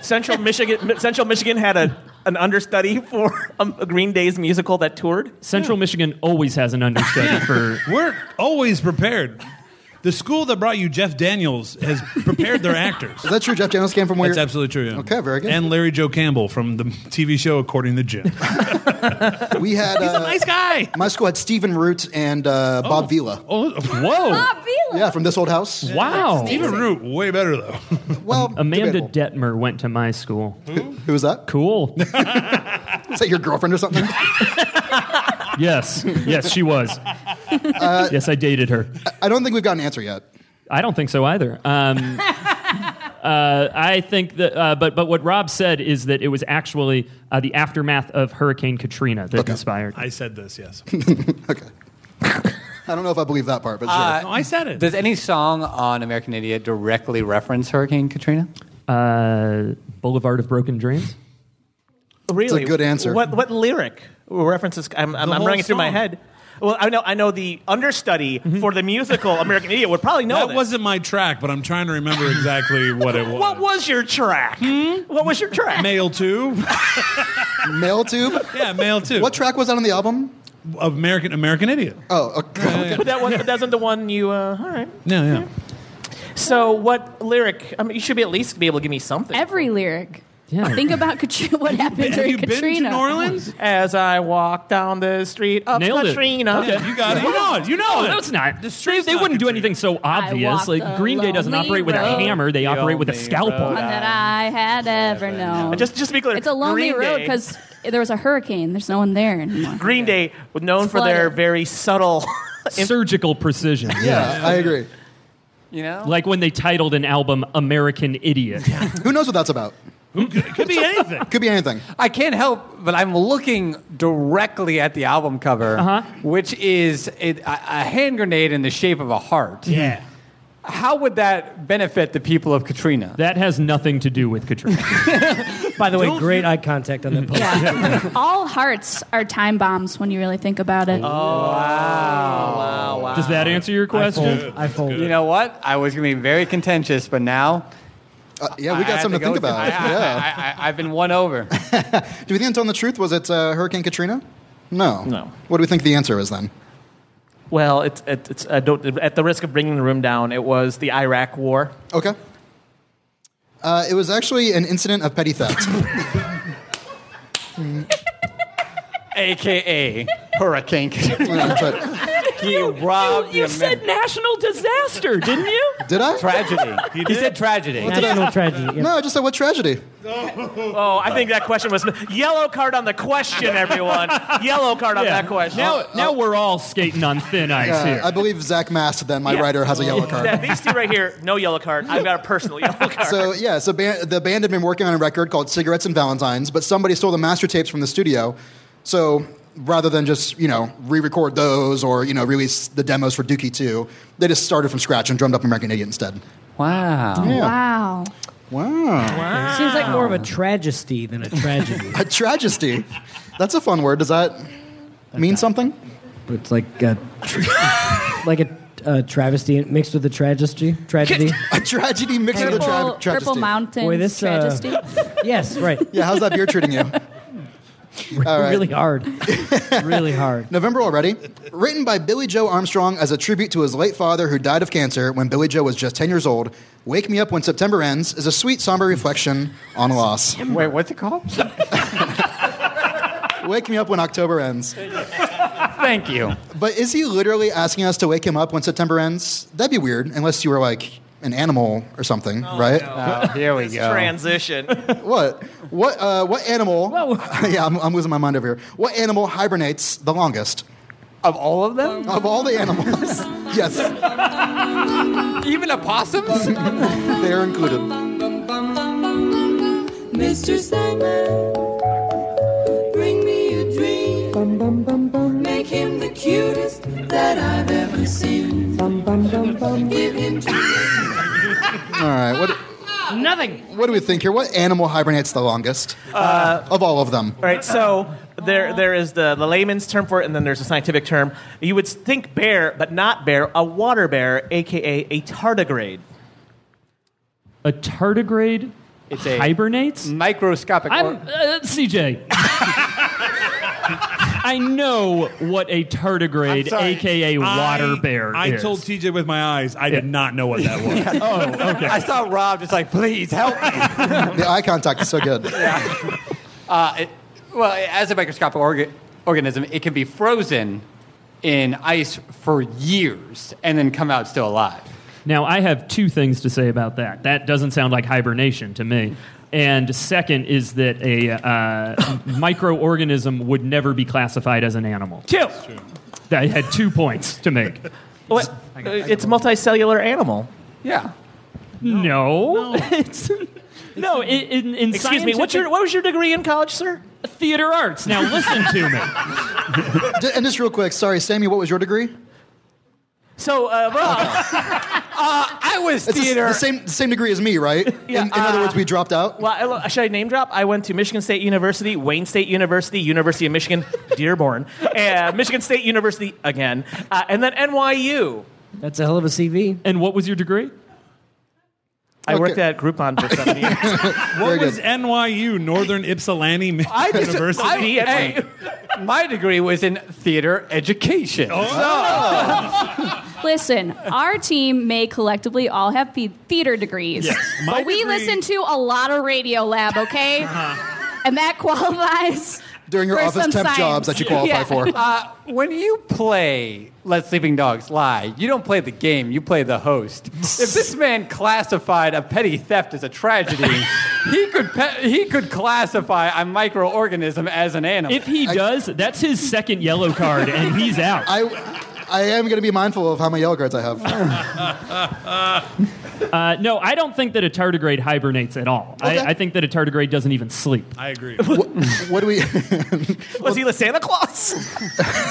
Central Michigan Mi- Central Michigan had a an understudy for um, a Green Day's musical that toured. Central Michigan always has an understudy for. We're always prepared. The school that brought you Jeff Daniels has prepared their actors. Is that true? Jeff Daniels came from where? That's you're- absolutely true. yeah. Okay, very good. And Larry Joe Campbell from the TV show According to Jim. We had. He's uh, nice guy. My school had Stephen Root and uh, Bob Vila. Oh, whoa! Bob Vila. Yeah, from this old house. Wow, Even Root, way better though. Well, Amanda debatable. Detmer went to my school. Who was that? Cool. Is that your girlfriend or something? yes, yes, she was. yes, I dated her. I don't think we've got an answer yet. I don't think so either. Um, uh, I think that, uh, but but what Rob said is that it was actually uh, the aftermath of Hurricane Katrina that inspired. I said this, yes. I don't know if I believe that part, but sure. No, I said it. Does any song on American Idiot directly reference Hurricane Katrina? Uh, Boulevard of Broken Dreams. Really? good answer. What what lyric references? I'm I'm, The I'm whole running it through my song. Mm-hmm. head. Well, I know I know the understudy for the musical American Idiot would probably know that this. wasn't my track, but I'm trying to remember exactly what it was. What was your track? Hmm? What was your track? Mail tube. Mail tube. Yeah, mail tube. What track was that on the album? American American Idiot. Oh, okay. but that was, but that's not the one you. Uh, all right. Yeah, yeah. So what lyric? I mean, you should be at least be able to give me something. Every lyric. Think about Katri- what happened during Katrina. As I walk down the street of Nailed it. Katrina. Okay. You got it. You know it. You know No, it. that's not. The streets, they wouldn't do anything so obvious. walked Like a Green Day doesn't lonely operate with a road. hammer; they operate with a Lonely scalpel. One that I had ever known. Just, just to be clear, it's a lonely Green road Day- because there was a hurricane. There's no one there anymore. Green Day was known for their flooded. very subtle. Surgical precision. Yeah, I agree. You know? Like when they titled an album "American Idiot." Who knows what that's about? Could be anything. Could be anything. I can't help, but I'm looking directly at the album cover, which is a, a a hand grenade in the shape of a heart. Yeah. How would that benefit the people of Katrina? That has nothing to do with Katrina. By the way, great eye contact on that post. Yeah. All hearts are time bombs when you really think about it. Does that answer your question? I fold. You know what? I was going to be very contentious, but now Uh, yeah, we I got had something to go think with it. about. I, yeah. I, have been won over. Do we think I'm telling the truth? Was it uh, Hurricane Katrina? No. No. What do we think the answer is then? well, it's, it's, it's I don't, at the risk of bringing the room down, it was the Iraq War. Okay. Uh, it was actually an incident of petty theft. Um, AKA Hurricane. Yeah, that's right. he robbed the You said national disaster, didn't you? Did I? tragedy. He, said tragedy. National tragedy. yeah. no, I just said what tragedy? Oh, I think that question was yellow card on the question, everyone. yellow card on that question. Now, now we're all skating on thin ice Uh, here. I believe Zach Mast, then my Yeah. writer, has a yellow Yeah, card. these two right here, no yellow card. I've got a personal yellow card. So yeah, so ban- the band had been working on a record called Cigarettes and Valentines, but somebody stole the master tapes from the studio. So rather than just you know re-record those or you know release the demos for Dookie Two, they just started from scratch and drummed up American Idiot instead. Wow. Wow. Wow, Seems like more of a tragedy than a tragedy. a tragedy. That's a fun word. Does that mean something? it's like a, like a uh, travesty mixed with a tragedy. Tragedy. A tragedy mixed with a Purple, tra- tragedy. purple mountain Boy, this, uh, tragedy. yes, right. Yeah, how's that beer treating you? Really hard. really hard. November already. Written by Billy Joe Armstrong as a tribute to his late father who died of cancer when Billy Joe was just 10 years old, Wake Me Up When September Ends is a sweet, somber reflection on loss. Wait, what's it called? Wake Me Up When October Ends. Thank you. But is he literally asking us to wake him up when September ends? That'd be weird, unless you were like an animal or something, right? Oh, here we go. Transition. What? What, uh, what animal? yeah, I'm, I'm losing my mind over here. What animal hibernates the longest? of all of them? Of all the animals, yes, Even opossums? they're included. Mr. Sandman, bring me a dream. Make him the cutest that I've ever seen. Give him to All right. What? Nothing. What do we think here? What animal hibernates the longest of all of them? All right, so there, there is the, the layman's term for it, and then there's a scientific term. You would think bear, but not bear, a water bear, aka a tardigrade. A tardigrade It's a- hibernates? Microscopic. I'm or- uh, CJ. I know what a tardigrade, Sorry. aka water bear, I, I is. told TJ with my eyes, I did not know what that was. I saw Rob just like, please help me. The eye contact is so good. Uh, it, well, as a microscopic orga- organism, it can be frozen in ice for years and then come out still alive. Now, I have two things to say about that. That doesn't sound like hibernation to me. And second is that a uh, microorganism would never be classified as an animal. Two. I had two points to make. What? Uh, It's a multicellular animal. Yeah. No, it's no. In, in, in Excuse me, what's scientific- your, what was your degree in college, sir? theater arts? Now listen to me. D- and just real quick, sorry, Sammy, what was your degree? So, uh, Rob, I was It's the s- theater. the same the same degree as me, right? Yeah, in in other uh, words, we dropped out. Well, I lo- should I name drop? I went to Michigan State University, Wayne State University, University of Michigan, Dearborn, and Michigan State University again, uh, and then NYU. That's a hell of a CV. And what was your degree? I worked at Groupon for seven years. What was NYU, Northern Ypsilanti Mi- I just- University? I- hey, My degree was in theater education. Listen, our team may collectively all have the- theater degrees, My but we degree- listen to a lot of Radio Lab, okay? And that qualifies. During your for office some temp science. jobs that you qualify Yeah. for. Uh, when you play Let Sleeping Dogs Lie, you don't play the game, you play the host. if this man classified a petty theft as a tragedy, he could pe- he could classify a microorganism as an animal. If he does, that's his second yellow card, and he's out. I I am going to be mindful of how many yellow cards I have. Uh, no, I don't think that a tardigrade hibernates at all. Okay. I, I think that a tardigrade doesn't even sleep. I agree. what do we? was he the Santa Claus?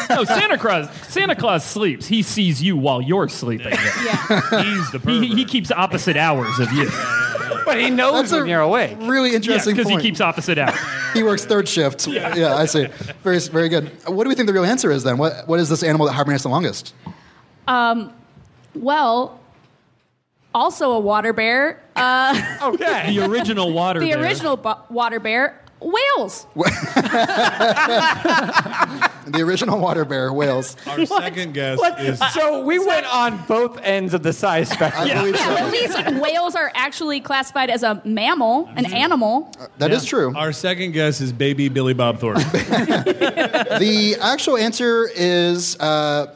No, Santa Claus. Santa Claus sleeps. He sees you while you're sleeping. Yeah. He's the He, pervert. he keeps opposite hours of you. but he knows That's a when you're awake. really interesting because he point. keeps opposite hours. He works third shift. Yeah. I see. Very very good. What do we think the real answer is then? What what is this animal that hibernates the longest? um, Well, also a water bear. Uh, The original water. the bear. original bu- water bear, whales. The original water bear, whales. Our second guess is So we went on both ends of the size I spectrum. believe Yeah, so. well, at least like, whales are actually classified as a mammal, an animal. That is true. our second guess is baby Billy Bob Thornton. the actual answer is uh,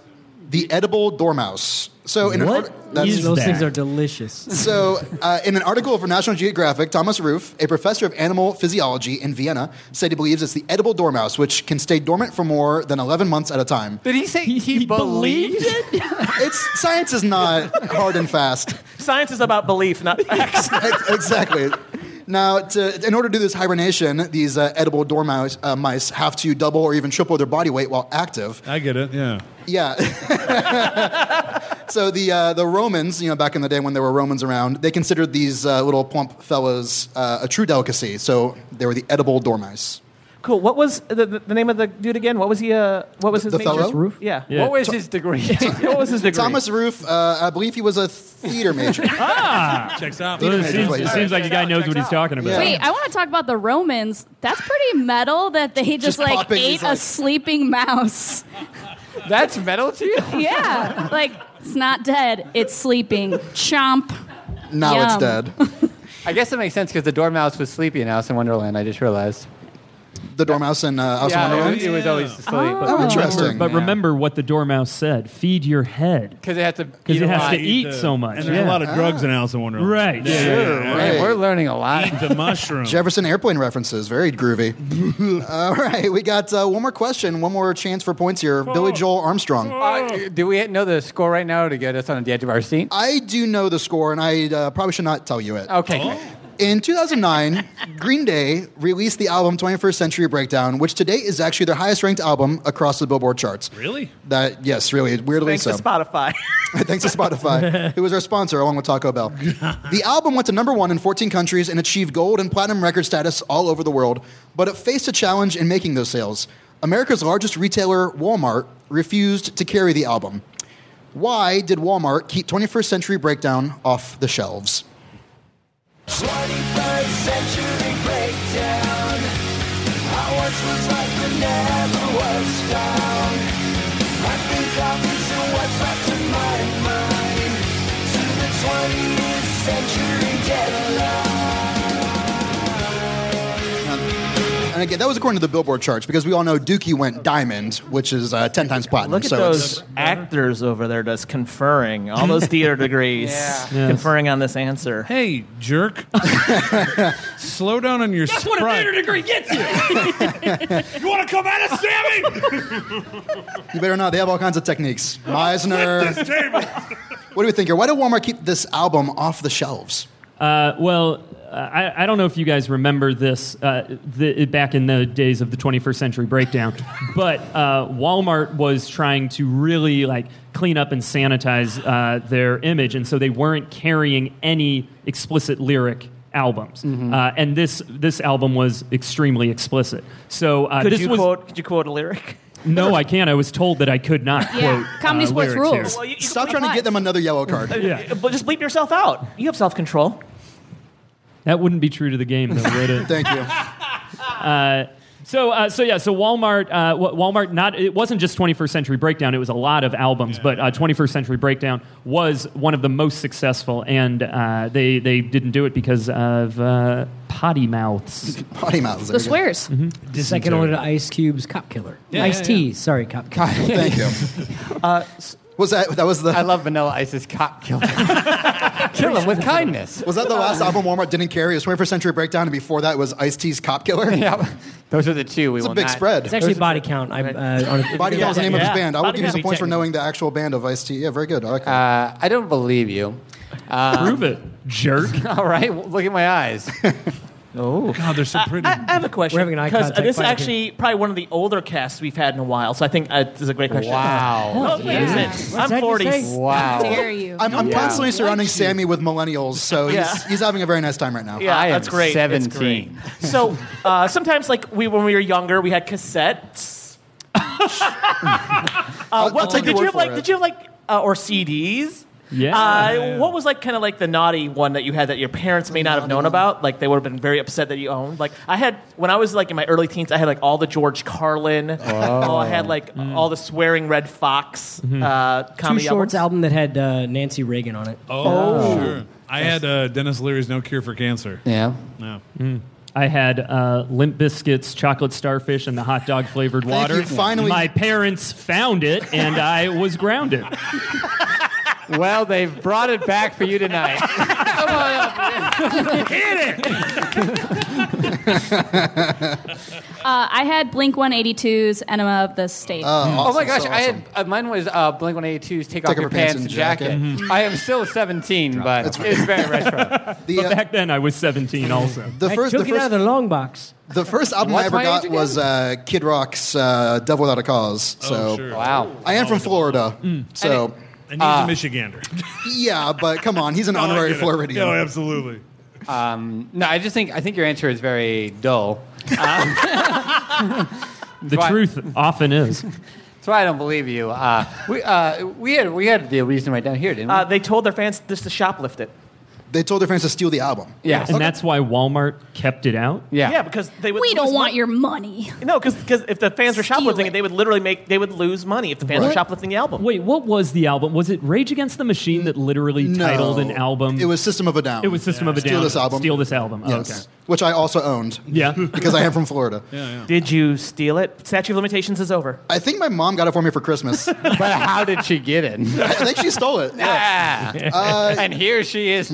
the edible dormouse. So in An art- that's- Those things that? are delicious. so uh, in an article for National Geographic, Thomas Roof, a professor of animal physiology in Vienna, said he believes it's the edible dormouse, which can stay dormant for more than 11 months at a time. Did he say he, believed? It's science is not hard and fast. Science is about belief, not facts. Ex- exactly. Now, to, in order to do this hibernation, these uh, edible dormouse uh, mice have to double or even triple their body weight while active. I get it. Yeah. Yeah. so the uh, the Romans, you know, back in the day when there were Romans around, they considered these uh, little plump fellas uh, a true delicacy. So they were the edible dormice. Cool. What was the, the, the name of the dude again? What was he? Uh, what was his The major? fellow? Roof? Yeah. Yeah. What was his degree? What, what was his degree? Thomas Roof, uh, I believe he was a theater major. Checks out. Well, it seems, All it right, seems like the guy knows what he's talking about. Wait, I want to talk about the Romans. That's pretty metal that they just, Just like popping, ate he's like- a sleeping mouse. That's metal to you? Yeah, like it's not dead, it's sleeping. Chomp. now it's Yum. dead. I guess it makes sense because the dormouse was sleepy in Alice in Wonderland. I just realized. The dormouse and uh, Alice in yeah, Wonderland. it, it was always asleep. Oh, interesting. But remember what the dormouse said: feed your head. Because it had to. Because eat it a has lot. to eat so much. And there's yeah. a lot of drugs in Alice in Wonderland. Right. Yeah, yeah, yeah. Man, Right. we're learning a lot. Eat the mushroom. Jefferson airplane references, very groovy. All right, we got uh, one more question, one more chance for points here. Billy Joel Armstrong. Uh, do we know the score right now to get us on the edge of our seat? I do know the score, and I uh, probably should not tell you it. Okay. great. In 2009, Green Day released the album 21st Century Breakdown, which today is actually their highest ranked album across the Billboard charts. Really? That yes, really weirdly Thanks so. to Spotify. Thanks to Spotify, who was our sponsor along with Taco Bell. the album went to number one in 14 countries and achieved gold and platinum record status all over the world, but it faced a challenge in making those sales. America's largest retailer, Walmart, refused to carry the album. Why did Walmart keep 21st Century Breakdown off the shelves? 21st century breakdown. I once was like but never was found. I think I'll reason what's left in my mind to the 20th century deadline. And again, that was according to the Billboard charts because we all know Dookie went diamond, which is uh, ten times platinum. Look at so it's- those actors over there just conferring, all those theater degrees, conferring on this answer. Hey, jerk. Slow down on your That's what a theater Sprite. degree gets you. You want to come at us, Sammy? you better not. They have all kinds of techniques. Meisner. Table. What do we think here? Why did Walmart keep this album off the shelves? Uh, well, I, I don't know if you guys remember this uh, the, back in the days of the 21st century breakdown, but uh, Walmart was trying to really like clean up and sanitize uh, their image, and so they weren't carrying any explicit lyric albums. Mm-hmm. Uh, and this this album was extremely explicit. So uh, Could this you was quote? Could you quote a lyric? no, I can't. I was told that I could not Yeah. quote Comedy uh, sports lyrics here. rules. Well, you- you Stop can trying to play get them another yellow card. Yeah. But just bleep yourself out. You have self control. That wouldn't be true to the game, though, would it? Thank you. Uh, so, uh, so yeah, so Walmart, uh, Wa- Walmart, not it wasn't just 21st Century Breakdown. It was a lot of albums, but uh, 21st Century Breakdown was one of the most successful, and uh, they they didn't do it because of uh, potty mouths. Potty mouths. The swears. Mm-hmm. Second Dysentery. order to Ice Cube's Cop Killer. Yeah, Ice yeah, Tea. Sorry, Cop Killer. Thank you. was that that was the? I love Vanilla Ice's cop killer. Kill him with kindness. Was that the last album Walmart didn't carry? It was 21st Century Breakdown, and before that was Ice T's Cop Killer. Yeah, those are the two. We It's a will big not- spread. It's actually Body Count. I, uh, on a, Body Yeah, Count's the name of his yeah. band. I will Body give you some Count. points for knowing the actual band of Ice T. Yeah, very good. I like that. Uh, I don't believe you. Um, Prove it, jerk. All right, well, look at my eyes. oh, God, they're so pretty. I, I have a question. We're having an eye Because contact this is fight actually probably one of the older casts we've had in a while, so I think uh, this is a great question. Wow. No, wait a minute. that you I'm 40. say? Wow. Dare you? I'm, I'm Yeah. constantly surrounding Sammy with millennials, so he's, Yeah. he's having a very nice time right now. Uh, Yeah, I am that's great. It's 17. great. So uh, sometimes, like we when we were younger, we had cassettes. uh, what, I'll take your did you word have for like? it. Did you have like uh, or CDs? Yeah. Uh, What was like kind of like the naughty one that you had that your parents may not have known about? Like they would have been very upset that you owned. Like I had when I was like in my early teens, I had like all the George Carlin. Oh, I had like all the swearing Red Fox Mm-hmm. uh, Two comedy Shorts albums. album that had uh, Nancy Reagan on it. Oh, sure. I had uh, Dennis Leary's No Cure for Cancer. Yeah. No. I had uh, Limp Biscuits, chocolate starfish, and the hot dog flavored water. you. Finally- my parents found it, and I was grounded. Well, they've brought it back for you tonight. Oh, Come on up. Uh, I had Blink 182's Enema of the State. Uh, Oh my Awesome, gosh, so I had awesome. uh, mine was uh, Blink 182's Take, Off Your Pants, and Jacket. Mm-hmm. I am still 17, but it's very retro. The, uh, Back then, I was 17 also. the I first, took the it out first, of the long box. the first album I What's ever my got age was uh, Kid Rock's uh, "Devil Without a Cause." So Oh, Mm. sure. wow. I am from Florida, so And he's a Michigander. yeah. But come on, he's an No, I honorary get it. Floridian. No, absolutely. Um, no, I just think I think your answer is very dull. The Right. truth often is. That's why I don't believe you. Uh, we uh, we had we had the reason right down here, didn't we? Uh, they told their fans just to shoplift it. They told their fans to steal the album. yeah. And that's why Walmart kept it out. yeah. Yeah, because they would we don't lose want mon- your money. No, because if the fans were Steal shoplifting it. it, they would literally make they would lose money if the fans were What? shoplifting the album. Wait, what was the album? Was it Rage Against the Machine that literally No. titled an album? It was System of a Down. It was System of a Steal Down. this album. Steal this album. Oh, Yes, which I also owned okay. Yeah. because I am from Florida. Did you steal it? Statue of limitations is over. I think my mom got it for me for Christmas. I But how did she get it? think she stole it. Yeah. Ah. and here she is.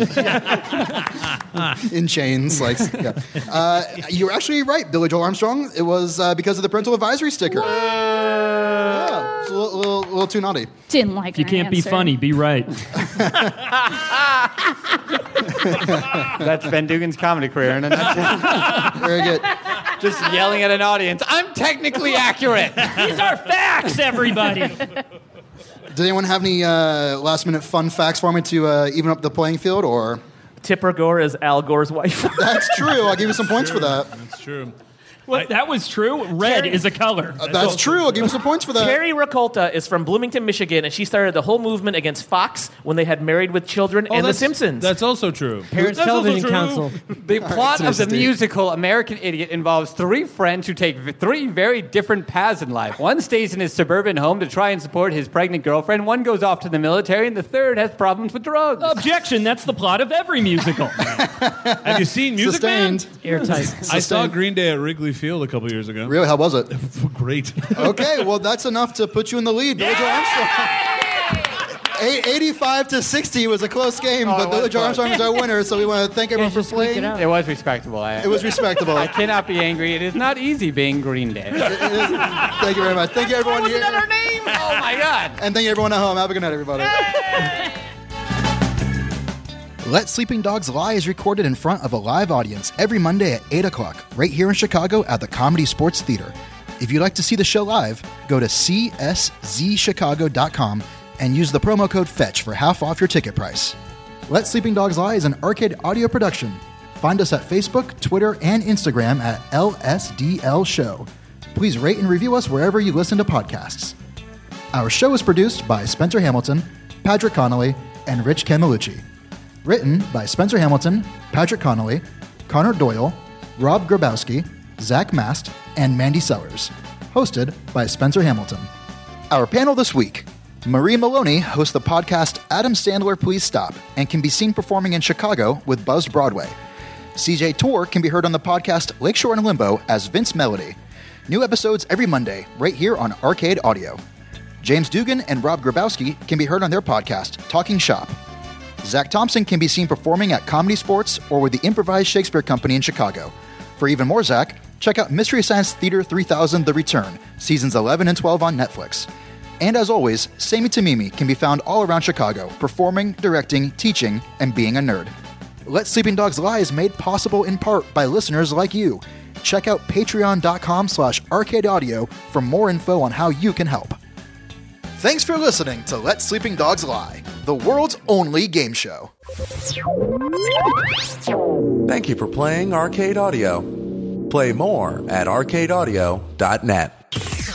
in chains. Like, yeah. uh, you're actually right, Billy Joel Armstrong. It was uh, because of the parental advisory sticker. Yeah, Oh, it's a little, little, little too naughty. Didn't like If you her can't be answer. funny, be right. That's Ben Dugan's comedy career in a nutshell. Very good. Just yelling at an audience. I'm technically accurate. These are facts, everybody. Does anyone have any uh, last minute fun facts for me to uh, even up the playing field? Or Tipper Gore is Al Gore's wife. that's true. I'll give you some points for that. That's true. what? That was true. Red is a color. That's true. I'll give you some points for that. Terry Ricolta is from Bloomington, Michigan, and she started the whole movement against Fox when they had Married with Children and The that's- Simpsons. That's also true. Parents That's also Television true. Council. The plot of the seriously. musical American Idiot involves three friends who take v- three very different paths in life. One stays in his suburban home to try and support his pregnant girlfriend, one goes off to the military, and the third has problems with drugs. Oh, Objection. That's the plot of every musical. Have you seen Music Man? Sustained. Airtight. I saw Sustained. Green Day at Wrigley Field a couple years ago. Really, how was it? Great. Okay, well, that's enough to put you in the lead, Billy Joel Armstrong. Eight- 85 to 60 was a close game, Oh, it but Billy was Joel close. Armstrong is our winner, so we want to thank everyone for playing. it was respectable. I, It was respectable. I cannot be angry. It is not easy being Green Day. Thank you very much. Thank you everyone here. name? Oh my God. And thank you everyone at home. Have a good night, everybody. Let Sleeping Dogs Lie is recorded in front of a live audience every Monday at 8 o'clock, right here in Chicago at the Comedy Sports Theater. If you'd like to see the show live, go to CSZChicago.com and use the promo code FETCH for half off your ticket price. Let Sleeping Dogs Lie is an arcade audio production. Find us at Facebook, Twitter, and Instagram at LSDL Show. Please rate and review us wherever you listen to podcasts. Our show is produced by Spencer Hamilton, Patrick Connolly, and Rich Camelucci. Written by Spencer Hamilton, Patrick Connolly, Connor Doyle, Rob Grabowski, Zach Mast, and Mandy Sellers. Hosted by Spencer Hamilton. Our panel this week Marie Maloney hosts the podcast Adam Sandler Please Stop and can be seen performing in Chicago with Buzzed Broadway. CJ Tour can be heard on the podcast Lakeshore and Limbo as Vince Melody. New episodes every Monday, right here on Arcade Audio. James Dugan and Rob Grabowski can be heard on their podcast, Talking Shop. Zach Thompson can be seen performing at Comedy Sports or with the Improvised Shakespeare Company in Chicago. For even more Zach, check out Mystery Science Theater 3000 The Return, seasons 11 and 12 on Netflix. And as always, Sammy Tamimi can be found all around Chicago, performing, directing, teaching, and being a nerd. Let Sleeping Dogs Lie is made possible in part by listeners like you. Check out patreon.com slash arcade audio for more info on how you can help. Thanks for listening to Let Sleeping Dogs Lie, the world's only game show. Thank you for playing Arcade Audio. Play more at arcadeaudio.net.